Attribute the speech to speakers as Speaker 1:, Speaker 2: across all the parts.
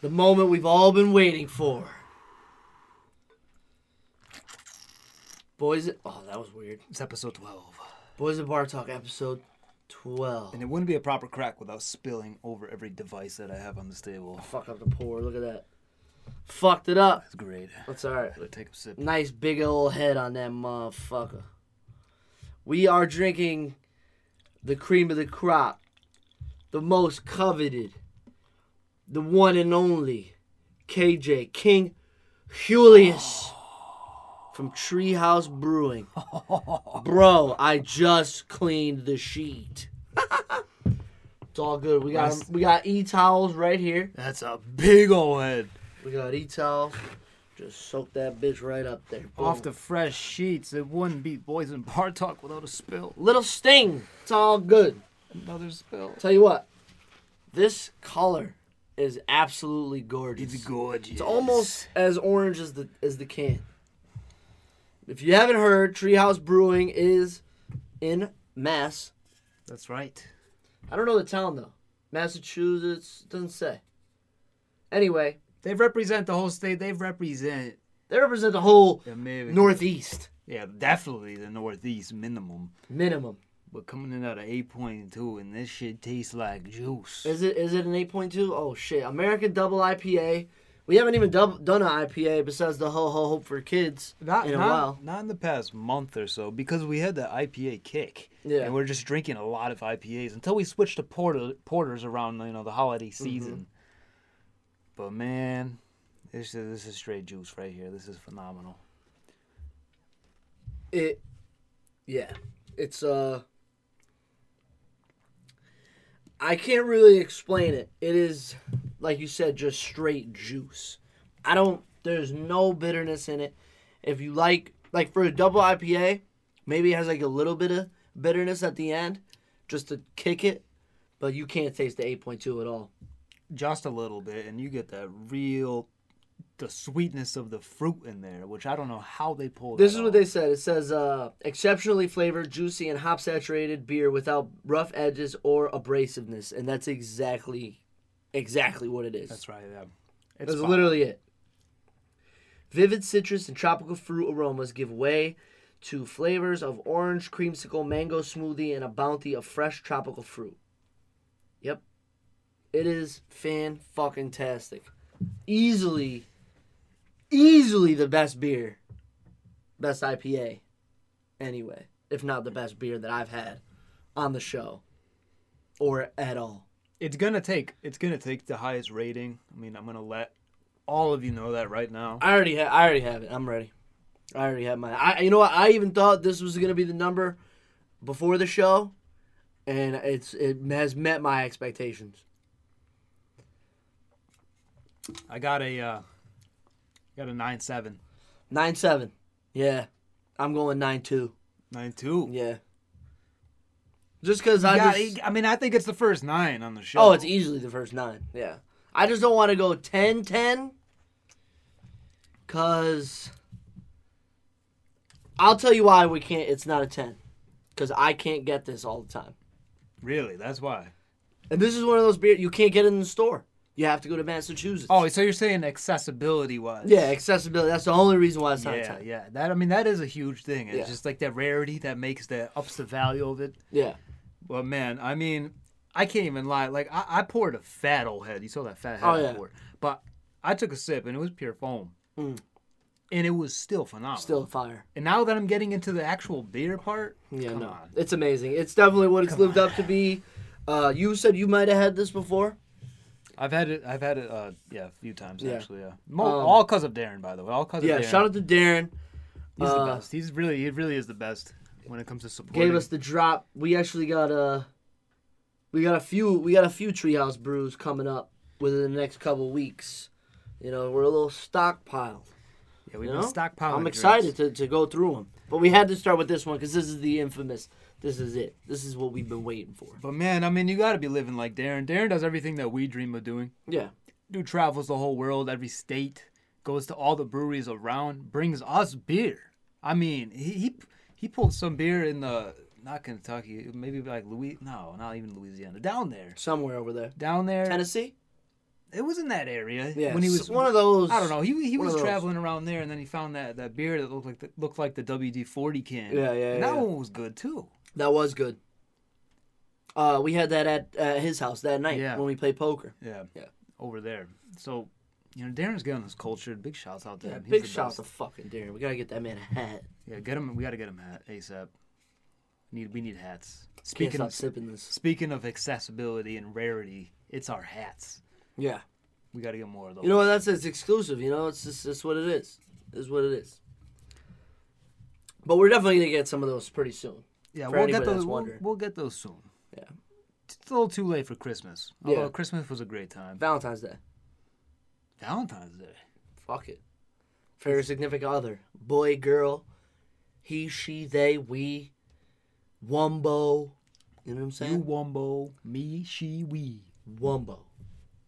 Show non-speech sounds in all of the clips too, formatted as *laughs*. Speaker 1: The moment we've all been waiting for. Boys, oh, that was weird.
Speaker 2: It's episode 12.
Speaker 1: Boys and Bar Talk, episode 12.
Speaker 2: And it wouldn't be a proper crack without spilling over every device that I have on this table.
Speaker 1: Fuck up the pour. Look at that. Fucked it up.
Speaker 2: It's great.
Speaker 1: That's all right.
Speaker 2: Gotta take a sip.
Speaker 1: Nice big old head on that motherfucker. We are drinking the cream of the crop, the most coveted, the one and only KJ King Julius from Treehouse *laughs* Brewing. Bro, I just cleaned the sheet. it's all good. We got we got e towels right here.
Speaker 2: That's a big old head.
Speaker 1: We got e towels. Just soak that bitch right up there.
Speaker 2: Off
Speaker 1: Boom.
Speaker 2: the fresh sheets, it wouldn't be boys and bar talk without a spill.
Speaker 1: Little sting. It's all good.
Speaker 2: Another spill.
Speaker 1: Tell you what, this color is absolutely gorgeous.
Speaker 2: It's
Speaker 1: It's,
Speaker 2: gorgeous. It's
Speaker 1: almost as orange as the as the can. If you haven't heard, Treehouse Brewing is in Mass.
Speaker 2: That's right.
Speaker 1: I don't know the town though. Massachusetts doesn't say. Anyway,
Speaker 2: They represent the whole state. They represent
Speaker 1: they represent the whole
Speaker 2: the American.
Speaker 1: Northeast
Speaker 2: Yeah, definitely the Northeast minimum.
Speaker 1: minimum.
Speaker 2: But coming in at an 8.2, and this shit tastes like juice.
Speaker 1: Is it is it an 8.2? Oh shit. American double IPA. We haven't even dub- done an IPA besides the ho ho hope for kids
Speaker 2: not,
Speaker 1: in a
Speaker 2: not,
Speaker 1: while.
Speaker 2: not in the past month or so because we had the IPA kick.
Speaker 1: Yeah.
Speaker 2: And we're just drinking a lot of IPAs until we switched to porter, porters around you know the holiday
Speaker 1: Mm-hmm.
Speaker 2: season. But man, this is this is straight juice right here. This is phenomenal.
Speaker 1: it yeah it's uh i can't really explain it it is like you said just straight juice i don't there's no bitterness in it if you like like for a double ipa maybe it has like a little bit of bitterness at the end just to kick it but you can't taste the 8.2 at all
Speaker 2: Just a little bit, and you get that real the sweetness of the fruit in there, which I don't know how they pulled.
Speaker 1: This
Speaker 2: that
Speaker 1: is what
Speaker 2: off.
Speaker 1: they said. It says uh, exceptionally flavored, juicy, and hop saturated beer without rough edges or abrasiveness, and that's exactly, exactly what it is.
Speaker 2: That's right. Yeah.
Speaker 1: That's
Speaker 2: fine.
Speaker 1: literally it. Vivid citrus and tropical fruit aromas give way to flavors of orange, creamsicle, mango smoothie, and a bounty of fresh tropical fruit. Yep. It is fan fucking tastic. Easily, easily the best beer. Best IPA. Anyway, if not the best beer that I've had on the show or at all.
Speaker 2: It's gonna take. It's gonna take the highest rating. I mean, I'm gonna let all of you know that right now.
Speaker 1: I already ha- I already have it. I'm ready. I already have mine. I you know what? I even thought this was gonna be the number before the show, and it's it has met my expectations.
Speaker 2: I got a uh, got a nine seven.
Speaker 1: Nine seven. Yeah, I'm going nine two.
Speaker 2: Nine two.
Speaker 1: Yeah. Just because I
Speaker 2: Yeah,
Speaker 1: just
Speaker 2: I mean, I think it's the first nine on the show.
Speaker 1: oh, it's easily the first nine. Yeah, I just don't want to go 10-10 because I'll tell you why we can't. It's not a ten because I can't get this all the time.
Speaker 2: really that's why.
Speaker 1: And this is one of those beers you can't get it in the store. You have to go to Massachusetts.
Speaker 2: Oh, so you're saying accessibility wise?
Speaker 1: yeah, accessibility. That's the only reason why it's not
Speaker 2: yeah,
Speaker 1: ten.
Speaker 2: yeah. That I mean, that is a huge thing. It's
Speaker 1: Yeah.
Speaker 2: just like that rarity that makes that ups the value of it.
Speaker 1: Yeah.
Speaker 2: Well, man, I mean, I can't even lie. Like I, I poured a fat old head. You saw that fat head
Speaker 1: Oh,
Speaker 2: I
Speaker 1: yeah.
Speaker 2: poured. But I took a sip and it was pure foam,
Speaker 1: Mm.
Speaker 2: and it was still phenomenal.
Speaker 1: Still fire.
Speaker 2: And now that I'm getting into the actual beer part,
Speaker 1: Yeah,
Speaker 2: come
Speaker 1: no.
Speaker 2: on.
Speaker 1: It's amazing. It's definitely what it's lived up to be. Uh, you said you might have had this before.
Speaker 2: I've had it. I've had it. Uh, yeah, a few times
Speaker 1: Yeah.
Speaker 2: actually. Yeah, Mo-
Speaker 1: Um,
Speaker 2: all because of Darren, by the way. All because
Speaker 1: Yeah,
Speaker 2: of Darren.
Speaker 1: shout out to Darren.
Speaker 2: He's the
Speaker 1: uh,
Speaker 2: best. He's really. He really is the best when it comes to supporting.
Speaker 1: Gave us the drop. We actually got a, we got a few. We got a few Treehouse brews coming up within the next couple weeks. You know, we're a little stockpiled.
Speaker 2: yeah, we've
Speaker 1: you
Speaker 2: been
Speaker 1: know?
Speaker 2: stockpiling.
Speaker 1: I'm
Speaker 2: drinks.
Speaker 1: excited to, to go through them. But we had to start with this one because this is the infamous. This is it. This is what we've been waiting for.
Speaker 2: But man, I mean, you got to be living like Darren. Darren does everything that we dream of doing.
Speaker 1: Yeah.
Speaker 2: Dude travels the whole world, every state, goes to all the breweries around, brings us beer. I mean, he he, he pulled some beer in the not Kentucky. Maybe like Louis. No, not even Louisiana. Down there,
Speaker 1: somewhere over there.
Speaker 2: down there.
Speaker 1: Tennessee.
Speaker 2: It was in that area.
Speaker 1: Yeah,
Speaker 2: When he was
Speaker 1: one of those.
Speaker 2: I don't know. He he
Speaker 1: One
Speaker 2: was
Speaker 1: of those.
Speaker 2: traveling around there, and then he found that, that beer that looked like the, looked like the WD forty can.
Speaker 1: Yeah, yeah,
Speaker 2: And that
Speaker 1: yeah.
Speaker 2: one was good too.
Speaker 1: That was good. Uh, we had that at uh, his house that night
Speaker 2: Yeah.
Speaker 1: when we played poker.
Speaker 2: Yeah.
Speaker 1: Yeah.
Speaker 2: Over there. So, you know, Darren's getting us cultured. Big shouts out to him. He's
Speaker 1: Big
Speaker 2: the
Speaker 1: shout
Speaker 2: best.
Speaker 1: to fucking Darren. We gotta get that man a hat.
Speaker 2: Yeah, get him. We got to get him hat ASAP. Need we need hats.
Speaker 1: Can't
Speaker 2: Speaking
Speaker 1: stop
Speaker 2: of
Speaker 1: sipping this.
Speaker 2: speaking of accessibility and rarity, it's our hats.
Speaker 1: Yeah.
Speaker 2: We got to get more of those.
Speaker 1: You know what? That's it's exclusive. You know, it's just it's what it is. It's what it is. But we're definitely gonna get some of those pretty soon.
Speaker 2: yeah,
Speaker 1: for
Speaker 2: we'll
Speaker 1: anybody
Speaker 2: get
Speaker 1: that's
Speaker 2: those. We'll,
Speaker 1: wondering.
Speaker 2: we'll get those soon.
Speaker 1: Yeah.
Speaker 2: It's a little too late for Christmas.
Speaker 1: Yeah.
Speaker 2: Although Christmas was a great time.
Speaker 1: Valentine's Day.
Speaker 2: Valentine's Day.
Speaker 1: Fuck it. For your significant other, boy, girl, he, she, they, we, wumbo. You know what I'm
Speaker 2: You
Speaker 1: saying?
Speaker 2: wombo, me, she, we.
Speaker 1: wumbo.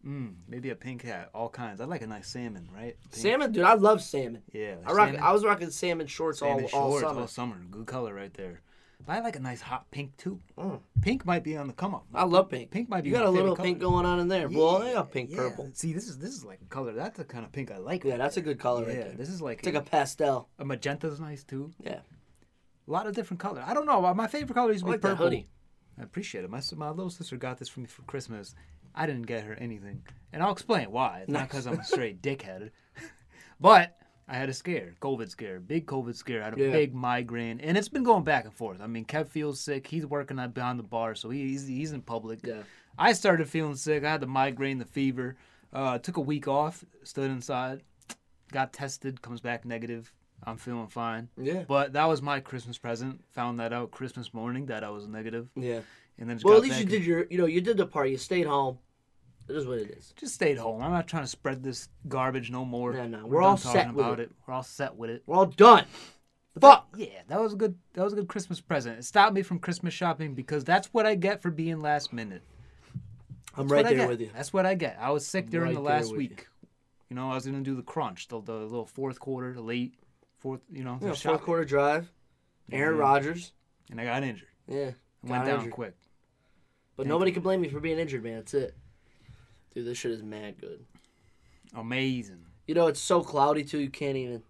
Speaker 2: Mm, maybe a pink hat, all kinds. I'd like a nice salmon, right? Pink.
Speaker 1: Salmon, dude. I love salmon.
Speaker 2: Yeah.
Speaker 1: I rock.
Speaker 2: salmon-
Speaker 1: I was rocking salmon shorts
Speaker 2: salmon
Speaker 1: all all
Speaker 2: shorts
Speaker 1: summer.
Speaker 2: all summer. Good color right there. But I like a nice hot pink too.
Speaker 1: Mm.
Speaker 2: Pink might be on the come up.
Speaker 1: I love pink.
Speaker 2: Pink might be
Speaker 1: You got
Speaker 2: my
Speaker 1: a little
Speaker 2: favorite
Speaker 1: pink
Speaker 2: color.
Speaker 1: going on in there. Well, I got Oh, pink
Speaker 2: yeah.
Speaker 1: purple.
Speaker 2: See, this is this is like a color. That's the kind of pink I like.
Speaker 1: Yeah, that's a good color right
Speaker 2: yeah,
Speaker 1: there.
Speaker 2: this is like
Speaker 1: It's like
Speaker 2: a,
Speaker 1: a pastel.
Speaker 2: a magenta's nice too.
Speaker 1: Yeah.
Speaker 2: A lot of different color. I don't know. My favorite color used
Speaker 1: I
Speaker 2: to be
Speaker 1: like that
Speaker 2: purple.
Speaker 1: hoodie.
Speaker 2: I appreciate it. My s- my little sister got this for me for Christmas. I didn't get her anything, and I'll explain why. It's not
Speaker 1: Nice.
Speaker 2: because I'm a straight dickhead, *laughs* but I had a scare, COVID scare, big COVID scare. I had a
Speaker 1: Yeah.
Speaker 2: big migraine, and it's been going back and forth. I mean, Kev feels sick. He's working out behind the bar, so he- he's he's in public.
Speaker 1: Yeah.
Speaker 2: I started feeling sick. I had the migraine, the fever. Uh, took a week off, stood inside, got tested, comes back negative. I'm feeling fine.
Speaker 1: Yeah.
Speaker 2: But that was my Christmas present. Found that out Christmas morning that I was negative,
Speaker 1: Yeah.
Speaker 2: and then just
Speaker 1: Well,
Speaker 2: got
Speaker 1: at least
Speaker 2: back
Speaker 1: you did your. You know, you did the part. You stayed home. It is what it is.
Speaker 2: just stayed home. I'm not trying to spread this garbage no more.
Speaker 1: No, no,
Speaker 2: We're,
Speaker 1: we're
Speaker 2: done
Speaker 1: all
Speaker 2: talking
Speaker 1: set with
Speaker 2: about
Speaker 1: it.
Speaker 2: it. We're all set with it.
Speaker 1: We're all done. Fuck.
Speaker 2: Yeah, that was a good. That was a good Christmas present. It stopped me from Christmas shopping because that's what I get for being last minute.
Speaker 1: I'm
Speaker 2: That's
Speaker 1: right
Speaker 2: what I
Speaker 1: there
Speaker 2: get.
Speaker 1: with you.
Speaker 2: That's what I get. I was sick during
Speaker 1: right
Speaker 2: the
Speaker 1: there
Speaker 2: last
Speaker 1: with you.
Speaker 2: week. You. know, I was gonna do the crunch, the, the little fourth quarter, the late fourth. You know, the
Speaker 1: Yeah, fourth
Speaker 2: shopping.
Speaker 1: quarter drive. Aaron
Speaker 2: Yeah.
Speaker 1: Rodgers.
Speaker 2: and I got injured.
Speaker 1: Yeah.
Speaker 2: I went
Speaker 1: got
Speaker 2: down
Speaker 1: injured.
Speaker 2: quick.
Speaker 1: But
Speaker 2: Thank
Speaker 1: nobody
Speaker 2: you.
Speaker 1: can blame me for being injured, man. That's it. Dude, this shit is mad good.
Speaker 2: Amazing.
Speaker 1: You know, it's so cloudy too. You can't even.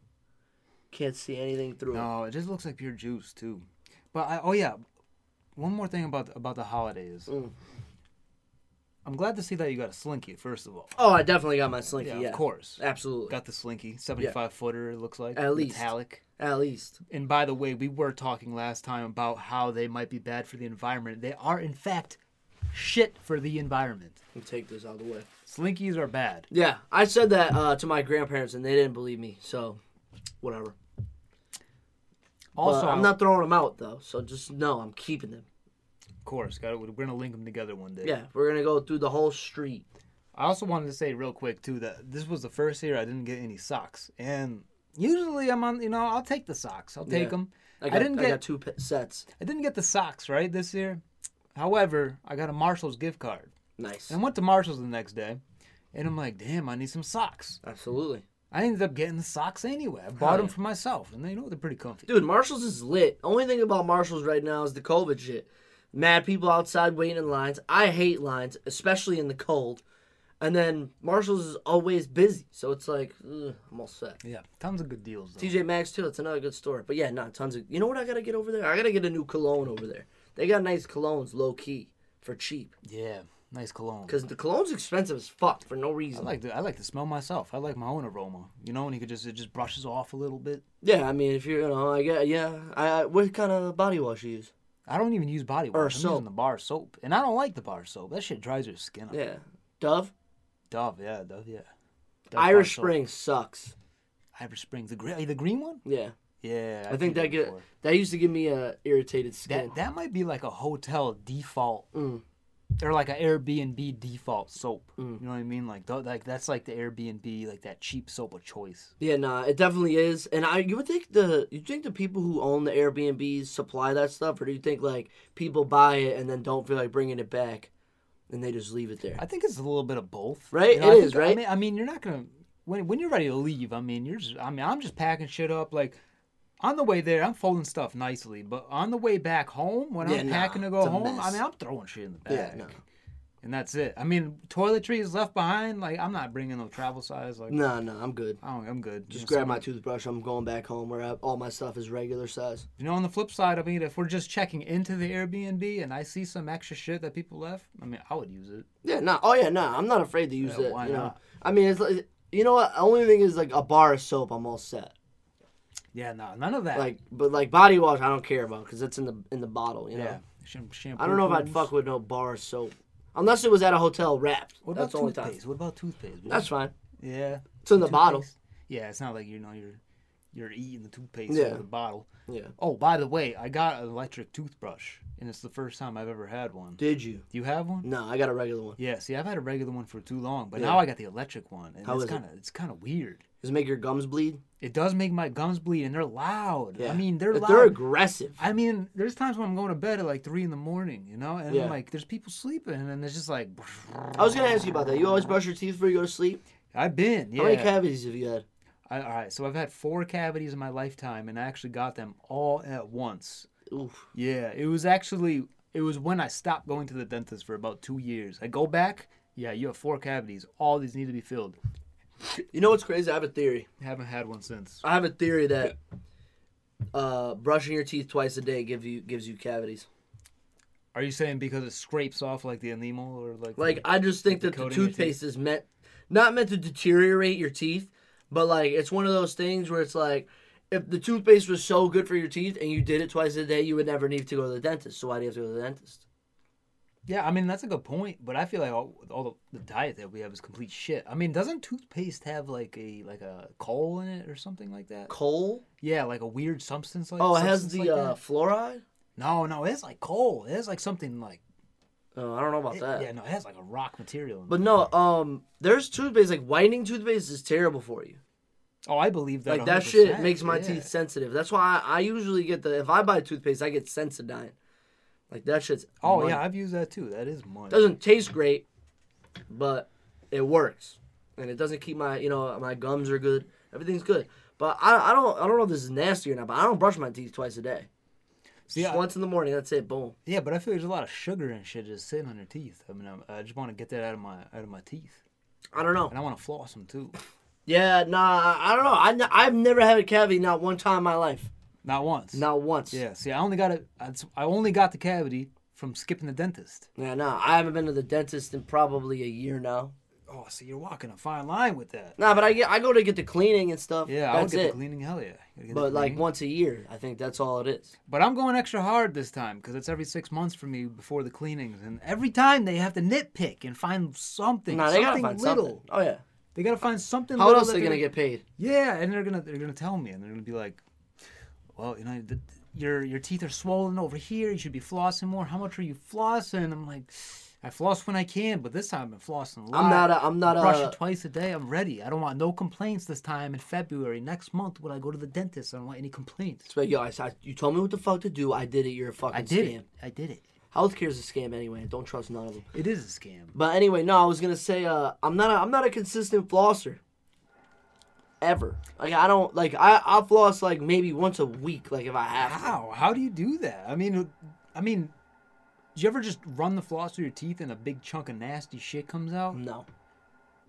Speaker 1: Can't see anything through. it.
Speaker 2: No, it just looks like pure juice too. But I, oh yeah, one more thing about about the holidays.
Speaker 1: Mm.
Speaker 2: I'm glad to see that you got a slinky. First of all,
Speaker 1: Oh, I definitely got my slinky.
Speaker 2: yeah,
Speaker 1: Yeah,
Speaker 2: of course,
Speaker 1: Absolutely.
Speaker 2: got the slinky, 75 footer. It looks like
Speaker 1: At least.
Speaker 2: metallic.
Speaker 1: At least.
Speaker 2: And by the way, we were talking last time about how they might be bad for the environment. They are in fact shit for the environment.
Speaker 1: Let me take this out of the way.
Speaker 2: Slinkies are bad.
Speaker 1: Yeah, I said that uh, to my grandparents and they didn't believe me. So, whatever.
Speaker 2: Also,
Speaker 1: But I'm not throwing them out though. So just no, I'm keeping them.
Speaker 2: Of course, got we're gonna link them together one day.
Speaker 1: Yeah, we're gonna go through the whole street.
Speaker 2: I also wanted to say real quick too that this was the first year I didn't get any socks, and usually I'm on. You know, I'll take the socks. I'll take
Speaker 1: Yeah.
Speaker 2: them.
Speaker 1: I
Speaker 2: I,
Speaker 1: got, I
Speaker 2: didn't get. I,
Speaker 1: got two p- sets.
Speaker 2: didn't get the socks right this year. However, I got a Marshalls gift card.
Speaker 1: Nice.
Speaker 2: And I went to Marshalls the next day, and I'm like, damn, I need some socks.
Speaker 1: Absolutely,
Speaker 2: I ended up getting the socks anyway. I bought
Speaker 1: Hell
Speaker 2: them
Speaker 1: yeah.
Speaker 2: for myself, and they know they're pretty comfy.
Speaker 1: dude. Marshalls is lit. Only thing about Marshalls right now is the COVID shit. Mad people outside waiting in lines. I hate lines, especially in the cold. And then Marshalls is always busy, so it's like ugh, I'm all set.
Speaker 2: Yeah, tons of good deals. Though.
Speaker 1: TJ Maxx too. It's another good store. But yeah, not tons of. You know what I gotta get over there? I gotta get a new cologne over there. They got nice colognes, low key, for cheap.
Speaker 2: Yeah, nice cologne.
Speaker 1: Cause the cologne's expensive as fuck for no
Speaker 2: I
Speaker 1: reason.
Speaker 2: like to I like to smell myself. I like my own aroma. You know, and you could just it just brushes off a little bit.
Speaker 1: yeah, I mean, if you're, you know, I get, yeah. I, I what kind of body wash you use?
Speaker 2: I don't even use body wash.
Speaker 1: Or
Speaker 2: I'm
Speaker 1: soap.
Speaker 2: using the bar soap, and I don't like the bar soap. That shit dries your skin up.
Speaker 1: Yeah, Dove.
Speaker 2: Dove, yeah, Dove, yeah. Dove bar
Speaker 1: Irish
Speaker 2: soap.
Speaker 1: Spring sucks.
Speaker 2: Irish Spring, the green, the green one.
Speaker 1: Yeah,
Speaker 2: Yeah,
Speaker 1: I think that get
Speaker 2: before.
Speaker 1: that used to give me a irritated skin.
Speaker 2: that that might be like a hotel default,
Speaker 1: Mm.
Speaker 2: or like an Airbnb default soap. You know what I mean? Like tho- like that's like the Airbnb, like that cheap soap of choice.
Speaker 1: yeah, nah, it definitely is. And I, you would think the, you think the people who own the Airbnbs supply that stuff, or do you think like people buy it and then don't feel like bringing it back, and they just leave it there?
Speaker 2: I think it's a little bit of both.
Speaker 1: Right?
Speaker 2: You know,
Speaker 1: It
Speaker 2: I
Speaker 1: is,
Speaker 2: think- I
Speaker 1: right?
Speaker 2: mean, I mean, you're not gonna when when you're ready to leave. I mean, you're just. I mean, I'm just packing shit up. Like, On the way there, I'm folding stuff nicely, but on the way back home, when
Speaker 3: Yeah,
Speaker 2: I'm
Speaker 3: nah,
Speaker 2: packing to
Speaker 3: it's
Speaker 2: go
Speaker 3: a
Speaker 2: home, I
Speaker 3: mess.
Speaker 2: mean, I'm throwing shit in the
Speaker 3: Yeah,
Speaker 2: bag,
Speaker 3: no.
Speaker 2: and that's it. I mean, toiletries left behind, like I'm not bringing no travel size. Like
Speaker 3: No, no, I'm good.
Speaker 2: I don't, I'm good.
Speaker 3: Just
Speaker 2: You know,
Speaker 3: grab
Speaker 2: some-
Speaker 3: my toothbrush. I'm going back home where I, all my stuff is regular size.
Speaker 2: You know, on the flip side, I mean, if we're just checking into the Airbnb and I see some extra shit that people left, I mean, I would use it.
Speaker 3: Yeah, no. Oh yeah, no. I'm not afraid to use
Speaker 2: Yeah,
Speaker 3: it.
Speaker 2: why
Speaker 3: you know?
Speaker 2: not?
Speaker 3: I mean, it's like, you know what? The only thing is like a bar of soap. I'm all set.
Speaker 2: Yeah, no, none of that.
Speaker 3: Like, but like body wash, I don't care about because it's in the in the bottle. You know.
Speaker 2: yeah, Sham- shampoo.
Speaker 3: I don't know if I'd
Speaker 2: pools.
Speaker 3: fuck with no bar of soap unless it was at a hotel wrapped.
Speaker 2: What
Speaker 3: That's the
Speaker 2: about
Speaker 3: only time.
Speaker 2: toothpaste? What about toothpaste?
Speaker 3: That's fine.
Speaker 2: yeah.
Speaker 3: It's in the bottle.
Speaker 2: Toothpaste. Yeah, it's not like you know you're you're eating the toothpaste
Speaker 3: Yeah.
Speaker 2: out of the bottle.
Speaker 3: Yeah.
Speaker 2: Oh, by the way, I got an electric toothbrush, and it's the first time I've ever had one. Do
Speaker 3: Did you?
Speaker 2: you have one?
Speaker 3: No, I got a regular one.
Speaker 2: Yeah. See, I've had a regular one for too long, but
Speaker 3: Yeah.
Speaker 2: now I got the electric one, and
Speaker 3: How
Speaker 2: it's
Speaker 3: is it?
Speaker 2: kind of it's kind of weird.
Speaker 3: Does it make your gums bleed?
Speaker 2: It does make my gums bleed, and they're loud. I mean, they're
Speaker 3: But
Speaker 2: loud.
Speaker 3: they're aggressive.
Speaker 2: I mean, there's times when I'm going to bed at like three in the morning, you know, and
Speaker 3: Yeah.
Speaker 2: I'm like, there's people sleeping, and it's just like, *laughs*
Speaker 3: I was gonna ask you about that. You always brush your teeth before you go to sleep.
Speaker 2: I've been, yeah.
Speaker 3: How many cavities have you had?
Speaker 2: I, all right, so I've had four cavities in my lifetime, and I actually got them all at once.
Speaker 3: Oof.
Speaker 2: Yeah, it was actually it was when I stopped going to the dentist for about two years. I go back, yeah, you have four cavities. All these need to be filled.
Speaker 3: You know what's crazy? I have a theory.
Speaker 2: Haven't had one since.
Speaker 1: I have a theory that uh, brushing your teeth twice a day give you gives you cavities.
Speaker 2: Are you saying because it scrapes off like the enamel or like?
Speaker 1: Like I just think
Speaker 2: The
Speaker 1: that the
Speaker 2: coating of your
Speaker 1: toothpaste is meant not meant to deteriorate your teeth, but like it's one of those things where it's like if the toothpaste was so good for your teeth and you did it twice a day, you would never need to go to the dentist. So why do you have to go to the dentist?
Speaker 2: yeah, I mean that's a good point, but I feel like all, all the, the diet that we have is complete shit. I mean, doesn't toothpaste have like a like a coal in it or something like that?
Speaker 1: Coal?
Speaker 2: Yeah, like a weird substance like.
Speaker 1: Oh, it has
Speaker 2: substance
Speaker 1: the
Speaker 2: like
Speaker 1: uh,
Speaker 2: that?
Speaker 1: fluoride.
Speaker 2: No, no, it's like coal. It's like something like.
Speaker 1: Oh, I don't know about
Speaker 2: It,
Speaker 1: that.
Speaker 2: yeah, no, it has like a rock material. In
Speaker 1: But
Speaker 2: it.
Speaker 1: no, um, there's toothpaste like whitening toothpaste is terrible for you.
Speaker 2: oh, I believe that.
Speaker 1: Like that
Speaker 2: 100%,
Speaker 1: shit makes my
Speaker 2: yeah.
Speaker 1: teeth sensitive. That's why I, I usually get the if I buy toothpaste, I get Sensodyne. Like that shit's
Speaker 2: Oh
Speaker 1: money.
Speaker 2: yeah, I've used that too. That is money.
Speaker 1: doesn't taste great, but it works, and it doesn't keep my you know my gums are good. Everything's good. But I, I don't I don't know if this is nasty or not. But I don't brush my teeth twice a day.
Speaker 2: See,
Speaker 1: Just
Speaker 2: I-
Speaker 1: once in the morning. That's it. Boom.
Speaker 2: yeah, but I feel there's a lot of sugar and shit just sitting on your teeth. I mean, I'm, I just want to get that out of my out of my teeth,
Speaker 1: I don't know.
Speaker 2: and I want to floss them too.
Speaker 1: Yeah, nah. I- I don't know. I n- I've never had a cavity not one time in my life.
Speaker 2: Not once.
Speaker 1: Not once.
Speaker 2: Yeah. See, I only got it. I only got the cavity from skipping the dentist.
Speaker 1: Yeah, nah. I haven't been to the dentist in probably a year now.
Speaker 2: Oh, so you're walking a fine line with that.
Speaker 1: Nah, but I get I go to get the cleaning and stuff.
Speaker 2: Yeah, I would
Speaker 1: that's
Speaker 2: get
Speaker 1: it.
Speaker 2: the cleaning. Hell yeah. You gotta get the
Speaker 1: but like
Speaker 2: cleaning.
Speaker 1: once a year, I think that's all it is.
Speaker 2: But I'm going extra hard this time because it's every six months for me before the cleanings, and every time they have to nitpick and find something,
Speaker 1: Nah, they
Speaker 2: something
Speaker 1: gotta find
Speaker 2: little.
Speaker 1: something. Oh yeah.
Speaker 2: They gotta find something.
Speaker 1: How
Speaker 2: little
Speaker 1: else are
Speaker 2: that
Speaker 1: they gonna get paid?
Speaker 2: Yeah, and they're gonna they're gonna tell me, and they're gonna be like, "Well, you know, th- your your teeth are swollen over here. You should be flossing more. How much are you flossing?" I'm like, "I floss when I can, but this time I'm flossing a lot.
Speaker 1: I'm not. A, I'm not.
Speaker 2: brush
Speaker 1: a,
Speaker 2: it twice a day. I'm ready. I don't want no complaints this time in February. Next month when I go to the dentist, I don't want any complaints.
Speaker 1: So, yo, I, I, you told me what the fuck to do. I did it. You're a fucking
Speaker 2: I did
Speaker 1: scam.
Speaker 2: it. I did it.
Speaker 1: Healthcare is a scam anyway. I don't trust none of them.
Speaker 2: It is a scam.
Speaker 1: But anyway, no, I was gonna say, uh, I'm not. A, I'm not a consistent flosser. Ever. Like I don't like. I I floss like maybe once a week. Like if I have. to.
Speaker 2: How? How do you do that? I mean, I mean, do you ever just run the floss through your teeth and a big chunk of nasty shit comes out?
Speaker 1: No.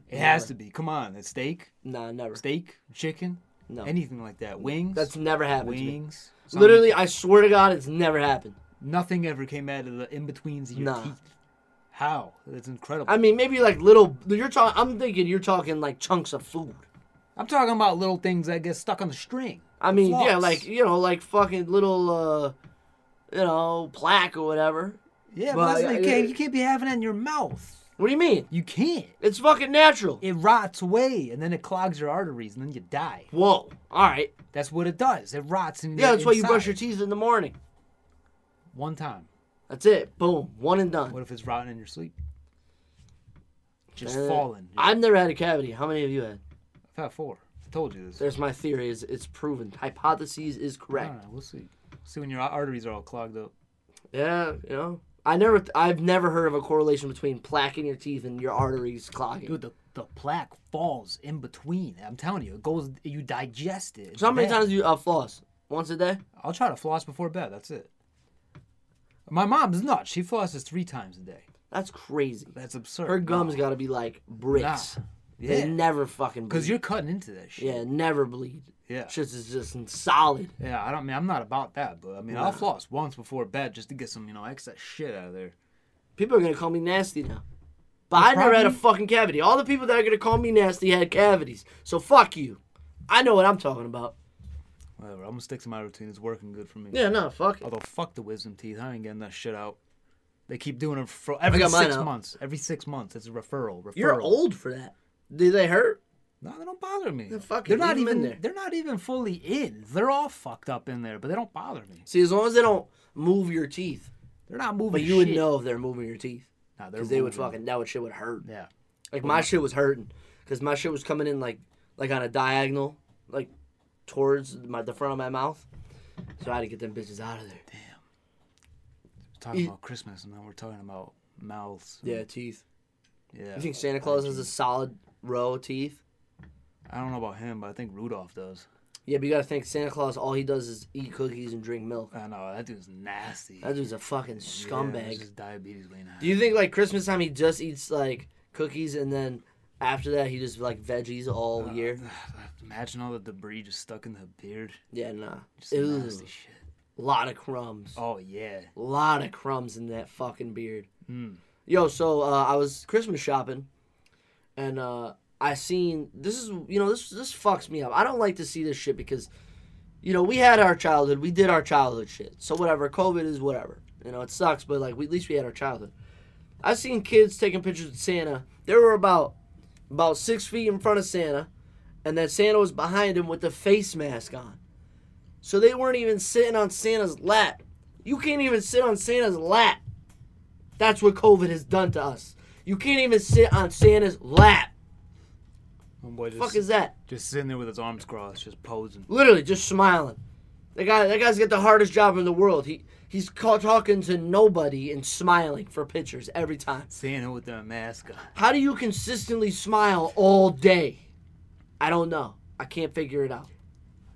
Speaker 2: It has to be. Come on, it's steak,
Speaker 1: Nah, never.
Speaker 2: steak, chicken,
Speaker 1: No.
Speaker 2: anything like that. Wings.
Speaker 1: That's never happened to me.
Speaker 2: wings. something-
Speaker 1: Literally, I swear to God, it's never happened.
Speaker 2: nothing ever came out of the in betweens of your
Speaker 1: Nah.
Speaker 2: teeth. How? That's incredible.
Speaker 1: I mean, maybe like little. You're talking. I'm thinking you're talking like chunks of food.
Speaker 2: I'm talking about little things that get stuck on the string.
Speaker 1: I mean, yeah,
Speaker 2: Floss.
Speaker 1: like you know, like fucking little, uh, you know, plaque or whatever.
Speaker 2: Yeah,
Speaker 1: Well,
Speaker 2: but that's
Speaker 1: I-
Speaker 2: what you,
Speaker 1: I-
Speaker 2: can't, you can't be having it in your mouth.
Speaker 1: What do you mean?
Speaker 2: You can't.
Speaker 1: It's fucking natural.
Speaker 2: It rots away, and then it clogs your arteries, and then you die.
Speaker 1: Whoa. All right.
Speaker 2: That's what it does. It rots. In
Speaker 1: Yeah,
Speaker 2: your
Speaker 1: that's why you brush
Speaker 2: inside.
Speaker 1: your teeth in the morning.
Speaker 2: one time.
Speaker 1: That's it. Boom. One and done.
Speaker 2: What if it's rotting in your sleep? Just
Speaker 1: Uh,
Speaker 2: falling.
Speaker 1: I've never had a cavity. How many of you had?
Speaker 2: I've had four. I told you this.
Speaker 1: There's my theory. Is it's proven. Hypotheses is
Speaker 2: I
Speaker 1: correct.
Speaker 2: don't know. We'll see. See when your arteries are all clogged up.
Speaker 1: Yeah. You know. I never. I've never heard of a correlation between plaque in your teeth and your arteries clogging.
Speaker 2: Dude, the, the plaque falls in between. I'm telling you, it goes. You digest it. It's
Speaker 1: so how many
Speaker 2: bad.
Speaker 1: times do you uh, floss? once a day.
Speaker 2: I'll try to floss before bed. That's it. My mom's nuts. She flosses three times a day.
Speaker 1: That's crazy.
Speaker 2: That's absurd.
Speaker 1: Her gums got to be like bricks. They
Speaker 2: Yeah.
Speaker 1: never fucking bleed.
Speaker 2: Because you're cutting into this shit.
Speaker 1: yeah, never bleed.
Speaker 2: Yeah.
Speaker 1: Shit is just solid.
Speaker 2: Yeah, I don't mean I'm not about that, but I mean I'll floss once before bed just to get some, you know, excess shit out of there.
Speaker 1: People are gonna call me nasty now. But I never had a
Speaker 2: problem-
Speaker 1: fucking cavity. All the people that are gonna call me nasty had cavities. So fuck you. I know what I'm talking about.
Speaker 2: Whatever. I'm gonna stick to my routine. It's working good for me.
Speaker 1: Yeah, no, fuck it.
Speaker 2: Although fuck the wisdom teeth, I ain't getting that shit out. They keep doing it for every
Speaker 1: got mine
Speaker 2: six
Speaker 1: out.
Speaker 2: months. Every six months, it's a referral. Referral.
Speaker 1: You're old for that. Do they hurt?
Speaker 2: No, they don't bother me. They're,
Speaker 1: fuck it,
Speaker 2: they're not
Speaker 1: leave 'em in
Speaker 2: even.
Speaker 1: there.
Speaker 2: They're not even fully in. They're all fucked up in there, but they don't bother me.
Speaker 1: See, as long as they don't move your teeth,
Speaker 2: They're not moving.
Speaker 1: but you would
Speaker 2: shit.
Speaker 1: know if they're moving your teeth
Speaker 2: Nah, they're
Speaker 1: because they would
Speaker 2: moving.
Speaker 1: fucking that would shit would hurt.
Speaker 2: Yeah.
Speaker 1: Like my shit was hurting because my shit was coming in like like on a diagonal, like towards my the front of my mouth. So I had to get them bitches out of there.
Speaker 2: We're talking
Speaker 1: Eat-
Speaker 2: about Christmas, and now we're talking about mouths.
Speaker 1: Yeah, teeth.
Speaker 2: Yeah.
Speaker 1: You think Santa Claus has a solid row of teeth?
Speaker 2: I don't know about him, but I think Rudolph does.
Speaker 1: Yeah, but you gotta think Santa Claus. All he does is eat cookies and drink milk.
Speaker 2: I know that dude's nasty.
Speaker 1: That dude's a fucking
Speaker 2: Yeah,
Speaker 1: scumbag.
Speaker 2: it's just diabetes way now.
Speaker 1: Do you think like Christmas time he just eats like cookies and then after that he just like veggies all year?
Speaker 2: Uh, *sighs* Imagine all the debris just stuck in the beard.
Speaker 1: Yeah, nah.
Speaker 2: Just
Speaker 1: Ew,
Speaker 2: nasty shit.
Speaker 1: lot of crumbs.
Speaker 2: Oh yeah.
Speaker 1: lot of crumbs in that fucking beard.
Speaker 2: Mm.
Speaker 1: Yo, so uh, I was Christmas shopping, and uh, I seen this is you know this this fucks me up. I don't like to see this shit because, you know, we had our childhood, we did our childhood shit. So whatever, COVID is whatever. You know, it sucks, but like we, at least we had our childhood. I seen kids taking pictures with Santa. They were about about six feet in front of Santa, and then Santa was behind him with the face mask on. So they weren't even sitting on Santa's lap. You can't even sit on Santa's lap. That's what COVID has done to us. You can't even sit on Santa's lap.
Speaker 2: One boy just,
Speaker 1: Fuck is that?
Speaker 2: just sitting there with his arms crossed, just posing.
Speaker 1: Literally just smiling. That guy, that guy's got the hardest job in the world. He he's ca- talking to nobody and smiling for pictures every time.
Speaker 2: Santa with the mask on.
Speaker 1: How do you consistently smile all day? I don't know. I can't figure it out.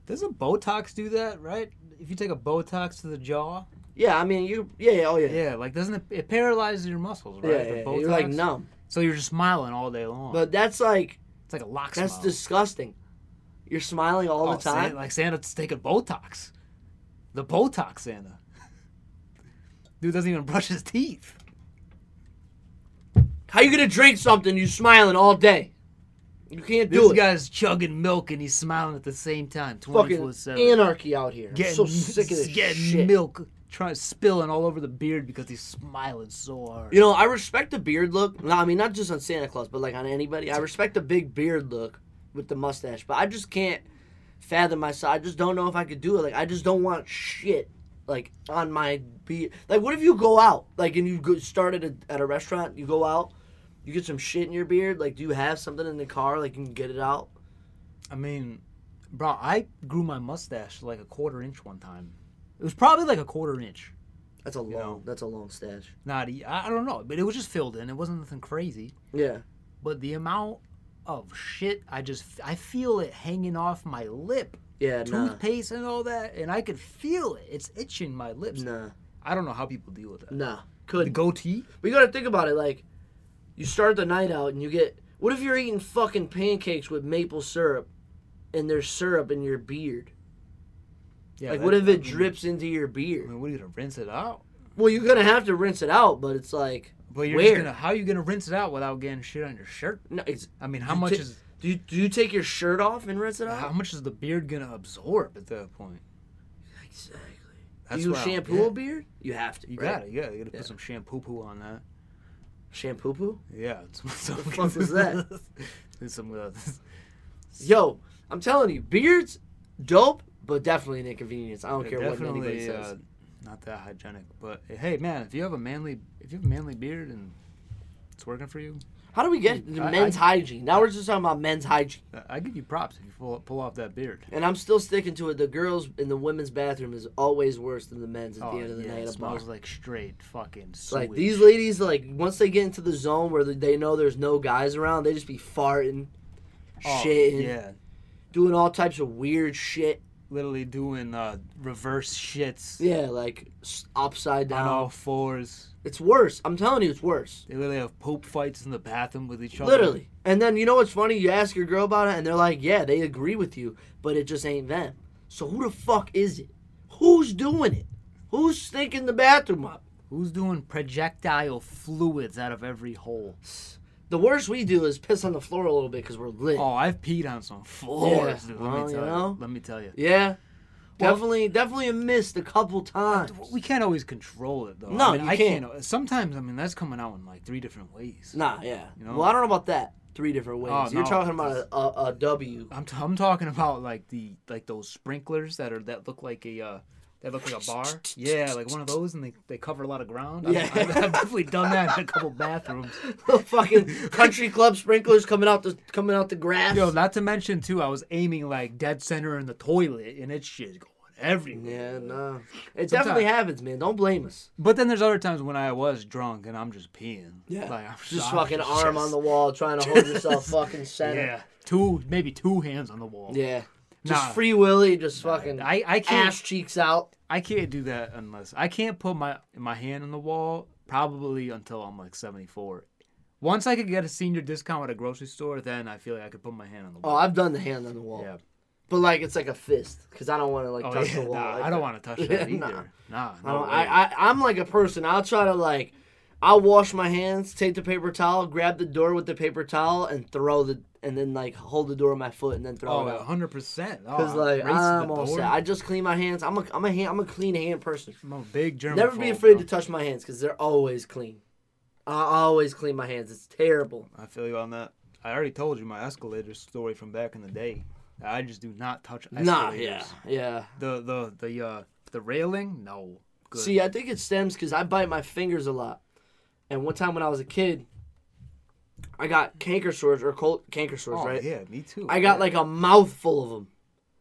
Speaker 2: Doesn't Botox do that, right? If you take a Botox to the jaw,
Speaker 1: Yeah, I mean you. Yeah, yeah oh yeah. Yeah,
Speaker 2: yeah, like doesn't it, it paralyzes your muscles, right?
Speaker 1: yeah,
Speaker 2: The
Speaker 1: yeah. You're like
Speaker 2: Botox?
Speaker 1: numb.
Speaker 2: So you're just smiling all day long.
Speaker 1: But that's like
Speaker 2: it's like a lock
Speaker 1: that's
Speaker 2: smile.
Speaker 1: disgusting. You're smiling all
Speaker 2: Oh,
Speaker 1: the time.
Speaker 2: Santa, like Santa's taking Botox. The Botox Santa. *laughs* Dude doesn't even brush his teeth.
Speaker 1: How you gonna drink something you smiling all day? You can't
Speaker 2: This
Speaker 1: do it.
Speaker 2: guy's chugging milk and he's smiling at the same time, twenty
Speaker 1: fucking
Speaker 2: four seven.
Speaker 1: anarchy out here. I'm
Speaker 2: *laughs*
Speaker 1: so sick of this
Speaker 2: getting
Speaker 1: shit.
Speaker 2: milk, trying spilling all over the beard because he's smiling so hard.
Speaker 1: You know, I respect the beard look. No, I mean not just on Santa Claus, but like on anybody. I respect the big beard look with the mustache, but I just can't fathom myself. I just don't know if I could do it. Like I just don't want shit like on my beard. Like what if you go out, like and you go start at a, at a restaurant, you go out, you get some shit in your beard. Like do you have something in the car, like you can get it out?
Speaker 2: I mean, bro, I grew my mustache like a quarter inch one time. It was probably like a quarter inch.
Speaker 1: That's a long.
Speaker 2: know.
Speaker 1: That's a long stash.
Speaker 2: Not, e- I I don't know, but it was just filled in. It wasn't nothing crazy.
Speaker 1: Yeah.
Speaker 2: But the amount of shit I just, I feel it hanging off my lip,
Speaker 1: Yeah. Nah.
Speaker 2: toothpaste and all that, and I could feel it. It's itching my lips.
Speaker 1: Nah.
Speaker 2: I don't know how people deal with that.
Speaker 1: Nah.
Speaker 2: The
Speaker 1: Could.
Speaker 2: goatee.
Speaker 1: But you gotta think about it. Like, you start the night out and you get. What if you're eating fucking pancakes with maple syrup, and there's syrup in your beard?
Speaker 2: Yeah,
Speaker 1: like,
Speaker 2: that-
Speaker 1: what if
Speaker 2: I
Speaker 1: it
Speaker 2: mean-
Speaker 1: drips into your
Speaker 2: I
Speaker 1: beard?
Speaker 2: mean, what are you gonna rinse it out?
Speaker 1: Well, you're gonna have to rinse it out, but it's like,
Speaker 2: But you're
Speaker 1: where?
Speaker 2: just gonna, how are you gonna rinse it out without getting shit on your shirt?
Speaker 1: No, it's,
Speaker 2: I mean, how
Speaker 1: you
Speaker 2: much
Speaker 1: ta-
Speaker 2: is
Speaker 1: Do you, do you take your shirt off and rinse it
Speaker 2: how
Speaker 1: out?
Speaker 2: much is the beard gonna absorb at that point?
Speaker 1: Exactly.
Speaker 2: That's
Speaker 1: do you
Speaker 2: what I-
Speaker 1: shampoo
Speaker 2: yeah.
Speaker 1: a beard? You have to.
Speaker 2: You
Speaker 1: right?
Speaker 2: got it. Yeah, you gotta
Speaker 1: Yeah.
Speaker 2: put some shampoo poo on that.
Speaker 1: Shampoo poo?
Speaker 2: Yeah. it's- so-
Speaker 1: The fuck was
Speaker 2: *laughs*
Speaker 1: that?
Speaker 2: There's some. Uh,
Speaker 1: Yo, I'm telling you, beards, dope, but definitely an inconvenience. I don't
Speaker 2: they're
Speaker 1: care what anybody
Speaker 2: definitely
Speaker 1: says.
Speaker 2: uh, not that hygienic. But hey, man, if you have a manly, if you have a manly beard and it's working for you,
Speaker 1: How do we get to
Speaker 2: I-
Speaker 1: men's hygiene? Now we're just talking about men's hygiene,
Speaker 2: I- I give you props if you pull, pull off that beard.
Speaker 1: and I'm still sticking to it. The girls in the women's bathroom is always worse than the men's at
Speaker 2: Oh,
Speaker 1: the end of the
Speaker 2: yeah,
Speaker 1: night.
Speaker 2: it
Speaker 1: at a bar.
Speaker 2: smells like straight fucking sewage.
Speaker 1: Like these ladies, like once they get into the zone where they know there's no guys around, they just be farting,
Speaker 2: Oh,
Speaker 1: shitting,
Speaker 2: Yeah,
Speaker 1: doing all types of weird shit.
Speaker 2: literally doing uh, reverse shits
Speaker 1: Yeah, like s- upside
Speaker 2: on all
Speaker 1: down.
Speaker 2: fours.
Speaker 1: It's worse. I'm telling you, it's worse.
Speaker 2: They literally have pope fights in the bathroom with each other.
Speaker 1: Literally. And then you know what's funny? You ask your girl about it, and they're like, "Yeah, they agree with you, but it just ain't them." So who the fuck is it? Who's doing it? Who's stinking the bathroom up?
Speaker 2: Who's doing projectile fluids out of every hole?
Speaker 1: The worst we do is piss on the floor a little bit because we're lit.
Speaker 2: Oh, I've peed on some floors.
Speaker 1: Yeah,
Speaker 2: dude,
Speaker 1: well,
Speaker 2: let, me
Speaker 1: you
Speaker 2: tell you
Speaker 1: know.
Speaker 2: let me tell you.
Speaker 1: Yeah,
Speaker 2: Well-
Speaker 1: definitely, definitely a missed a couple times.
Speaker 2: We can't always control it though.
Speaker 1: No,
Speaker 2: I mean,
Speaker 1: you
Speaker 2: I
Speaker 1: can't.
Speaker 2: Sometimes, I mean, that's coming out in like three different ways.
Speaker 1: Nah, yeah.
Speaker 2: You know?
Speaker 1: Well, I don't know about that. Three different ways.
Speaker 2: Oh,
Speaker 1: You're
Speaker 2: no.
Speaker 1: talking about a, a, a W. *laughs*
Speaker 2: I'm, t- I'm talking about like the like those sprinklers that are that look like a uh, that look like a bar. Yeah, like one of those, and they, they cover a lot of ground. I've-
Speaker 1: Yeah.
Speaker 2: I've, I've definitely done that in a couple bathrooms. *laughs*
Speaker 1: fucking country club sprinklers coming out the coming out the grass.
Speaker 2: Yo, not to mention too, I was aiming like dead center in the toilet, and it's shit going everywhere.
Speaker 1: yeah, nah. It definitely happens, man. Don't blame us.
Speaker 2: But then there's other times when I was drunk and I'm just peeing.
Speaker 1: Yeah.
Speaker 2: like I'm
Speaker 1: Just
Speaker 2: I'm
Speaker 1: fucking
Speaker 2: just-
Speaker 1: arm on the wall, trying
Speaker 2: *laughs*
Speaker 1: to hold yourself fucking center.
Speaker 2: Yeah, two maybe two hands on the wall.
Speaker 1: Yeah. Just
Speaker 2: Nah.
Speaker 1: free willy, just fucking
Speaker 2: I I can't
Speaker 1: ass cheeks out.
Speaker 2: I can't do that unless I can't put my my hand on the wall probably until I'm like 74. Once I could get a senior discount at a grocery store, then I feel like I could put my hand on the
Speaker 1: Oh,
Speaker 2: wall.
Speaker 1: I've done the hand on the wall,
Speaker 2: yeah.
Speaker 1: but like it's like a fist because I don't want to like
Speaker 2: Oh,
Speaker 1: touch
Speaker 2: yeah,
Speaker 1: the wall.
Speaker 2: nah,
Speaker 1: like
Speaker 2: I don't
Speaker 1: that.
Speaker 2: want
Speaker 1: *laughs*
Speaker 2: to touch that
Speaker 1: Nah.
Speaker 2: either. Nah, no
Speaker 1: I don't.
Speaker 2: way.
Speaker 1: I, I I'm like a person. I'll try to like, I'll wash my hands, take the paper towel, grab the door with the paper towel, and throw the and then like hold the door with my foot and then throw
Speaker 2: oh,
Speaker 1: it out.
Speaker 2: 100%. Oh,
Speaker 1: Cause like
Speaker 2: race to the
Speaker 1: I'm all
Speaker 2: door.
Speaker 1: set. I just clean my hands. I'm a I'm a hand, I'm a clean hand person.
Speaker 2: I'm a big germ.
Speaker 1: Never be afraid to touch my hands because they're always clean. I always clean my hands. It's terrible.
Speaker 2: I feel you on that. I already told you my escalator story from back in the day. I just do not touch escalators.
Speaker 1: Nah, yeah, yeah.
Speaker 2: The the the uh the railing? No. Good.
Speaker 1: See, I think it stems because I bite my fingers a lot. And one time when I was a kid, I got canker sores or cold canker sores,
Speaker 2: oh,
Speaker 1: right?
Speaker 2: yeah, me too.
Speaker 1: I got
Speaker 2: Yeah.
Speaker 1: like a mouthful of them,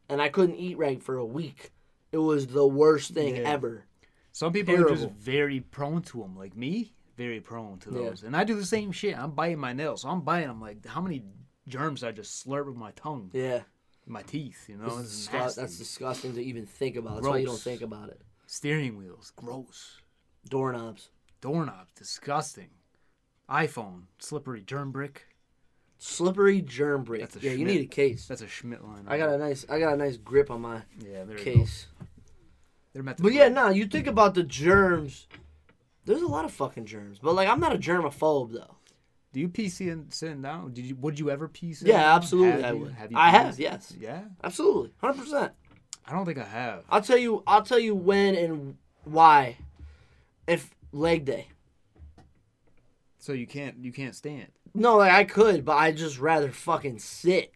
Speaker 1: and I couldn't eat right for a week. It was the worst thing
Speaker 2: Yeah.
Speaker 1: ever.
Speaker 2: Some people are just
Speaker 1: Terrible.
Speaker 2: very prone to them, like me, very prone to
Speaker 1: Yeah.
Speaker 2: those. And I do the same shit. I'm biting my nails. So I'm biting. I'm like, how many germs I just slurp with my tongue,
Speaker 1: Yeah,
Speaker 2: my teeth, you know?
Speaker 1: that's,
Speaker 2: It's
Speaker 1: disgu-
Speaker 2: nasty.
Speaker 1: that's disgusting to even think about. That's why you don't
Speaker 2: Gross.
Speaker 1: think about it.
Speaker 2: Steering wheels, gross.
Speaker 1: Doorknobs,
Speaker 2: Doorknobs, disgusting. iPhone, slippery germ brick.
Speaker 1: slippery germ brick.
Speaker 2: That's a
Speaker 1: yeah, you
Speaker 2: Schmidt.
Speaker 1: need a case.
Speaker 2: That's a Schmidt line.
Speaker 1: I got a nice, I got a nice grip on my
Speaker 2: yeah, there you go.
Speaker 1: case.
Speaker 2: They're meant to
Speaker 1: But
Speaker 2: be-
Speaker 1: yeah, nah, you think about the germs. There's a lot of fucking germs, but like I'm not a germaphobe though.
Speaker 2: Do you pee sitting, sitting down? Did you? Would you ever pee sitting
Speaker 1: Yeah,
Speaker 2: down?
Speaker 1: absolutely.
Speaker 2: Have
Speaker 1: I
Speaker 2: you-
Speaker 1: would.
Speaker 2: Have you
Speaker 1: I
Speaker 2: peed?
Speaker 1: have, yes,
Speaker 2: Yeah,
Speaker 1: absolutely, hundred percent.
Speaker 2: I don't think I have.
Speaker 1: I'll tell you. I'll tell you when and why. If leg day.
Speaker 2: So you can't. You can't stand.
Speaker 1: No, like I could, but I just rather fucking sit.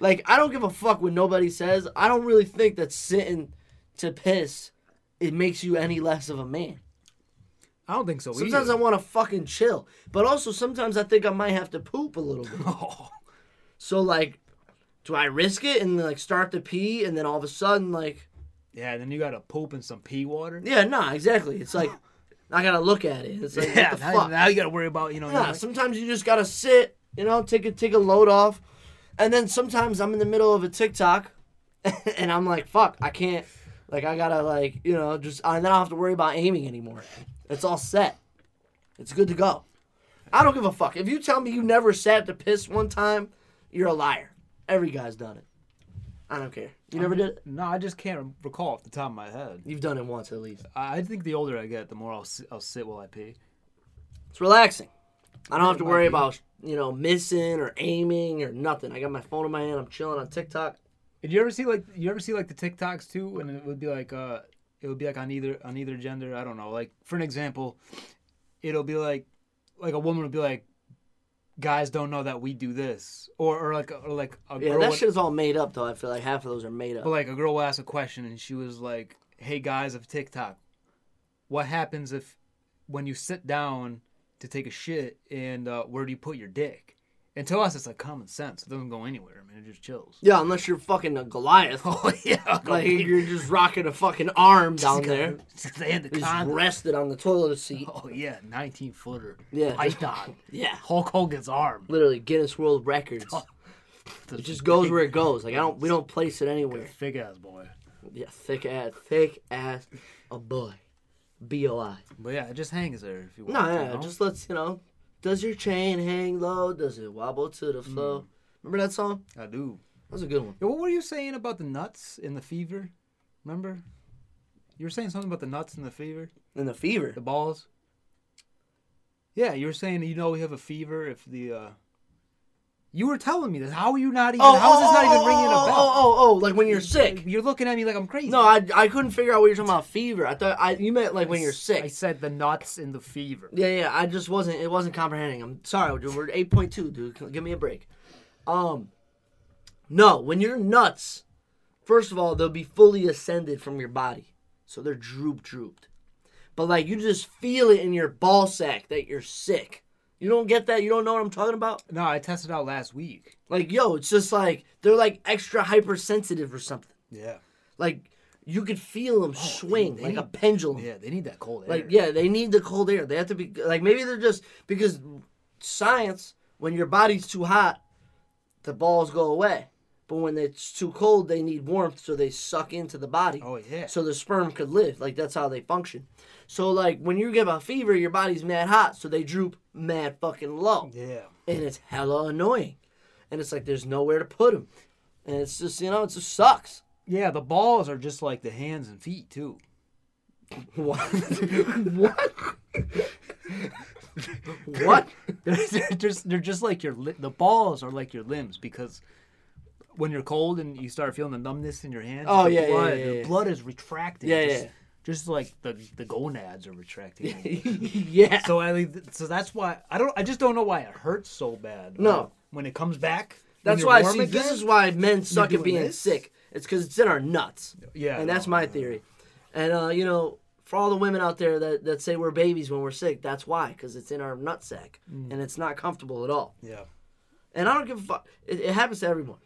Speaker 1: Like I don't give a fuck what nobody says. I don't really think that sitting to piss it makes you any less of a man.
Speaker 2: I don't think so.
Speaker 1: Sometimes I
Speaker 2: either.
Speaker 1: want to fucking chill, but also sometimes I think I might have to poop a little bit.
Speaker 2: *laughs* Oh.
Speaker 1: So like, do I risk it and like start to pee and then all of a sudden like,
Speaker 2: Yeah, then you gotta poop in some pee water.
Speaker 1: yeah, nah, exactly. It's like I gotta look at it. It's like what the
Speaker 2: now,
Speaker 1: fuck.
Speaker 2: now you gotta worry about you know.
Speaker 1: Yeah,
Speaker 2: like-
Speaker 1: sometimes you just gotta sit, you know, take a take a load off, and then sometimes I'm in the middle of a TikTok, *laughs* and I'm like, fuck, I can't, like I gotta like you know just and then I don't have to worry about aiming anymore. It's all set. It's good to go. I don't give a fuck if you tell me you never sat to piss one time, you're a liar. Every guy's done it. I don't care. You never did it.
Speaker 2: no, I just can't recall off the top of my head.
Speaker 1: You've done it once at least.
Speaker 2: I, I think the older I get, the more I'll s- I'll sit while I pee.
Speaker 1: It's relaxing. I don't have to
Speaker 2: might
Speaker 1: worry
Speaker 2: be.
Speaker 1: about you know missing or aiming or nothing. I got my phone in my hand. I'm chilling on TikTok.
Speaker 2: Did you ever see like you ever see like the TikToks too? And it would be like uh, it would be like on either on either gender. I don't know. Like for an example, it'll be like like a woman would be like, guys don't know that we do this, or or like or like a
Speaker 1: Yeah,
Speaker 2: girl.
Speaker 1: that
Speaker 2: would-
Speaker 1: shit is all made up though. I feel like half of those are made up.
Speaker 2: But like a girl asked a question and she was like, "Hey guys of TikTok, what happens if when you sit down to take a shit and uh, where do you put your dick?" And to us, it's like common sense. It doesn't go anywhere. I mean, it just chills. *laughs*
Speaker 1: yeah, unless you're fucking a Goliath.
Speaker 2: Oh yeah,
Speaker 1: *laughs*
Speaker 2: *laughs*
Speaker 1: like you're just rocking a fucking arm down there.
Speaker 2: They had the
Speaker 1: Just
Speaker 2: con.
Speaker 1: rested on the toilet seat.
Speaker 2: Oh yeah, nineteen footer.
Speaker 1: Yeah.
Speaker 2: Python.
Speaker 1: Yeah.
Speaker 2: Hulk Hogan's arm.
Speaker 1: Literally Guinness World Records. It just goes where it goes. Like I don't, we don't place it
Speaker 2: *laughs*
Speaker 1: anywhere.
Speaker 4: Thick ass boy.
Speaker 1: Yeah, thick ass, thick ass, a boy, B O I.
Speaker 2: But yeah, it just hangs there if you want.
Speaker 1: No,
Speaker 2: to,
Speaker 1: yeah,
Speaker 2: you know?
Speaker 1: just let's you know. Does your chain hang low? Does it wobble to the flow? Remember that song?
Speaker 2: I do.
Speaker 1: That was a good one.
Speaker 2: Yo, what were you saying about the nuts and the fever? Remember? You were saying something about the nuts and the fever,
Speaker 1: And the fever.
Speaker 2: the balls. Yeah, you were saying you know we have a fever if the. uh You were telling me this. How are you not even? how is this not even ringing a
Speaker 1: oh,
Speaker 2: bell?
Speaker 1: Oh, oh, oh, like when you're sick.
Speaker 2: You're looking at me like I'm crazy.
Speaker 1: No, I, I couldn't figure out what you're talking about. Fever. I thought I you meant like when you're
Speaker 4: I
Speaker 1: sick.
Speaker 4: said the nuts in the fever.
Speaker 1: Yeah, yeah. I just wasn't. It wasn't comprehending. I'm sorry, dude. We're eight point two, dude. C- Give me a break. Um, no. When you're nuts, first of all, they'll be fully ascended from your body, so they're droop drooped. But like you just feel it in your ball sack that you're sick. You don't get that. You don't know what I'm talking about.
Speaker 2: no, I tested out last week.
Speaker 1: Like yo, it's just like they're like extra hypersensitive or something.
Speaker 2: Yeah,
Speaker 1: Like you could feel them swing
Speaker 2: they
Speaker 1: like a
Speaker 2: need-
Speaker 1: pendulum.
Speaker 2: yeah, they need that cold air.
Speaker 1: Like yeah, they need the cold air. They have to be like maybe they're just because science when your body's too hot, the balls go away. But when it's too cold, they need warmth, so they suck into the body.
Speaker 2: Oh, yeah.
Speaker 1: So the sperm could live. Like that's how they function. So like when you get a fever, your body's mad hot, so they droop mad fucking low
Speaker 2: yeah.
Speaker 1: and it's hella annoying. And it's like there's nowhere to put him, and it's just you know it just sucks. *laughs*
Speaker 2: Yeah, the balls are just like the hands and feet too.
Speaker 1: What? *laughs* what?
Speaker 2: *laughs*
Speaker 1: what?
Speaker 2: They're, *laughs* they're just they're just like your li- the balls are like your limbs because when you're cold and you start feeling the numbness in your hands,
Speaker 1: Oh,
Speaker 2: the
Speaker 1: yeah, yeah,
Speaker 2: blood,
Speaker 1: yeah,
Speaker 2: the
Speaker 1: yeah.
Speaker 2: blood is retracting.
Speaker 1: Yeah,
Speaker 2: just,
Speaker 1: yeah.
Speaker 2: just like the the gonads are retracting.
Speaker 1: *laughs* yeah.
Speaker 2: so I leave- so that's why I don't I just don't know why it hurts so bad.
Speaker 1: No.
Speaker 2: when it comes back. when
Speaker 1: That's
Speaker 2: you're
Speaker 1: why.
Speaker 2: warm
Speaker 1: See, this
Speaker 2: again.
Speaker 1: is why men suck at
Speaker 2: doing
Speaker 1: being
Speaker 2: this?
Speaker 1: sick. It's because it's in our nuts.
Speaker 2: Yeah,
Speaker 1: And that's
Speaker 2: no,
Speaker 1: my
Speaker 2: no.
Speaker 1: theory. And uh, you know, for all the women out there that, that say we're babies when we're sick, that's why. Because it's in our nutsack,
Speaker 2: Mm.
Speaker 1: and it's not comfortable at all.
Speaker 2: yeah.
Speaker 1: And I don't give a fuck. It, it happens to everyone.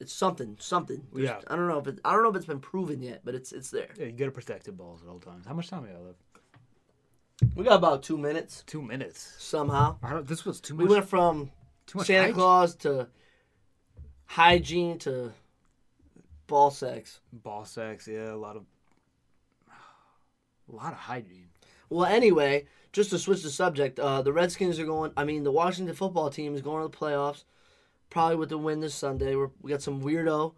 Speaker 1: It's something, something. There's-
Speaker 2: Yeah.
Speaker 1: I don't know if it, I don't know if it's been proven yet, but it's it's there.
Speaker 2: Yeah, you gotta protect your balls at all times. How much time do I left?
Speaker 1: We got about two minutes
Speaker 2: Two minutes.
Speaker 1: somehow.
Speaker 2: I don't, this was too
Speaker 1: We
Speaker 2: much.
Speaker 1: went from
Speaker 2: too much
Speaker 1: Santa
Speaker 2: hygiene.
Speaker 1: Claus to hygiene to ball sex.
Speaker 2: Ball sex, yeah, a lot of, *sighs* a lot of hygiene.
Speaker 1: Well, anyway, just to switch the subject, uh, the Redskins are going. I mean, the Washington football team is going to the playoffs, probably with the win this Sunday. We're, we got some weirdo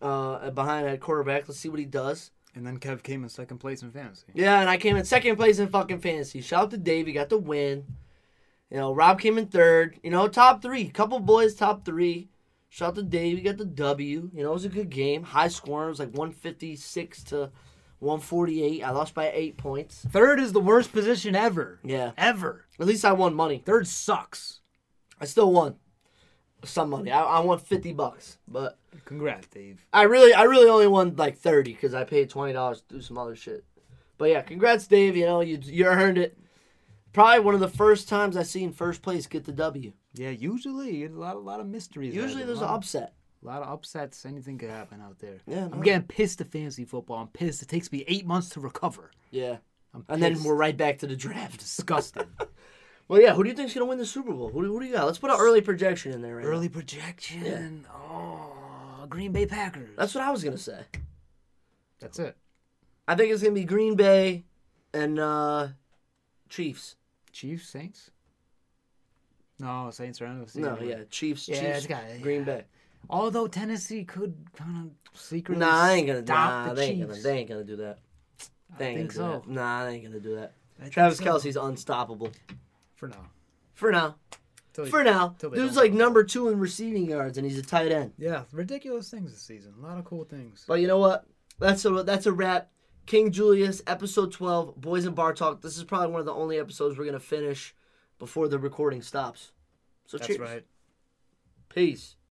Speaker 1: uh, behind at quarterback. Let's see what he does.
Speaker 2: And then Kev came in second place in fantasy.
Speaker 1: Yeah, and I came in second place in fucking fantasy. Shout out to Dave, he got the win. You know, Rob came in third. You know, top three. Couple boys, top three. Shout out to Dave, he got the W. You know, it was a good game. High scoring. It was like 156 to 148. I lost by eight points.
Speaker 2: Third is the worst position ever.
Speaker 1: Yeah.
Speaker 2: Ever.
Speaker 1: At least I won money.
Speaker 2: Third sucks.
Speaker 1: I still won some money. I, I won 50 bucks, but
Speaker 2: Congrats, Dave.
Speaker 1: I really I really only won like 30 cuz I paid $20 to do some other shit. But yeah, congrats Dave, you know, you you earned it. Probably one of the first times I seen first place get the W.
Speaker 2: Yeah, usually a lot, a lot of mysteries.
Speaker 1: Usually
Speaker 2: out
Speaker 1: there's an
Speaker 2: there.
Speaker 1: upset.
Speaker 2: a lot of upsets. Anything could happen out there.
Speaker 1: Yeah, no.
Speaker 2: I'm getting pissed at fantasy football. I'm pissed. It takes me eight months to recover.
Speaker 1: Yeah.
Speaker 2: I'm
Speaker 1: And then
Speaker 2: pissed.
Speaker 1: we're right back to the draft. *laughs*
Speaker 2: *laughs* disgusted.
Speaker 1: Well, yeah, who do you think's going to win the Super Bowl? Who do, who do you got? Let's put an early projection in there right now.
Speaker 2: Early projection. Oh, Green Bay Packers.
Speaker 1: That's what I was going to say.
Speaker 2: That's it.
Speaker 1: I think it's going to be Green Bay and uh Chiefs.
Speaker 2: Chiefs, Saints. No, Saints are NFC.
Speaker 1: No,
Speaker 2: anyway.
Speaker 1: yeah, Chiefs,
Speaker 2: Yeah,
Speaker 1: Chiefs,
Speaker 2: it's gotta-
Speaker 1: Green Bay.
Speaker 2: Although Tennessee could kind of secretly
Speaker 1: Nah, I ain't gonna.
Speaker 2: stop
Speaker 1: Nah,
Speaker 2: the
Speaker 1: they ain't
Speaker 2: Chiefs.
Speaker 1: gonna. They ain't gonna do that. They ain't
Speaker 2: think
Speaker 1: gonna do
Speaker 2: so.
Speaker 1: that. Nah, they ain't gonna do that.
Speaker 2: I think
Speaker 1: Travis
Speaker 2: so.
Speaker 1: Kelsey's unstoppable
Speaker 2: for now.
Speaker 1: for now.
Speaker 2: Till he-
Speaker 1: For now,
Speaker 2: till they
Speaker 1: dude's
Speaker 2: don't.
Speaker 1: like number two in receiving yards, and he's a tight end.
Speaker 2: Yeah, ridiculous things this season. A lot of cool things.
Speaker 1: But you know what? That's a that's a wrap. King Julius, episode twelve, boys and bar talk. This is probably one of the only episodes we're gonna finish before the recording stops. So
Speaker 2: That's
Speaker 1: cheers.
Speaker 2: right.
Speaker 1: Peace.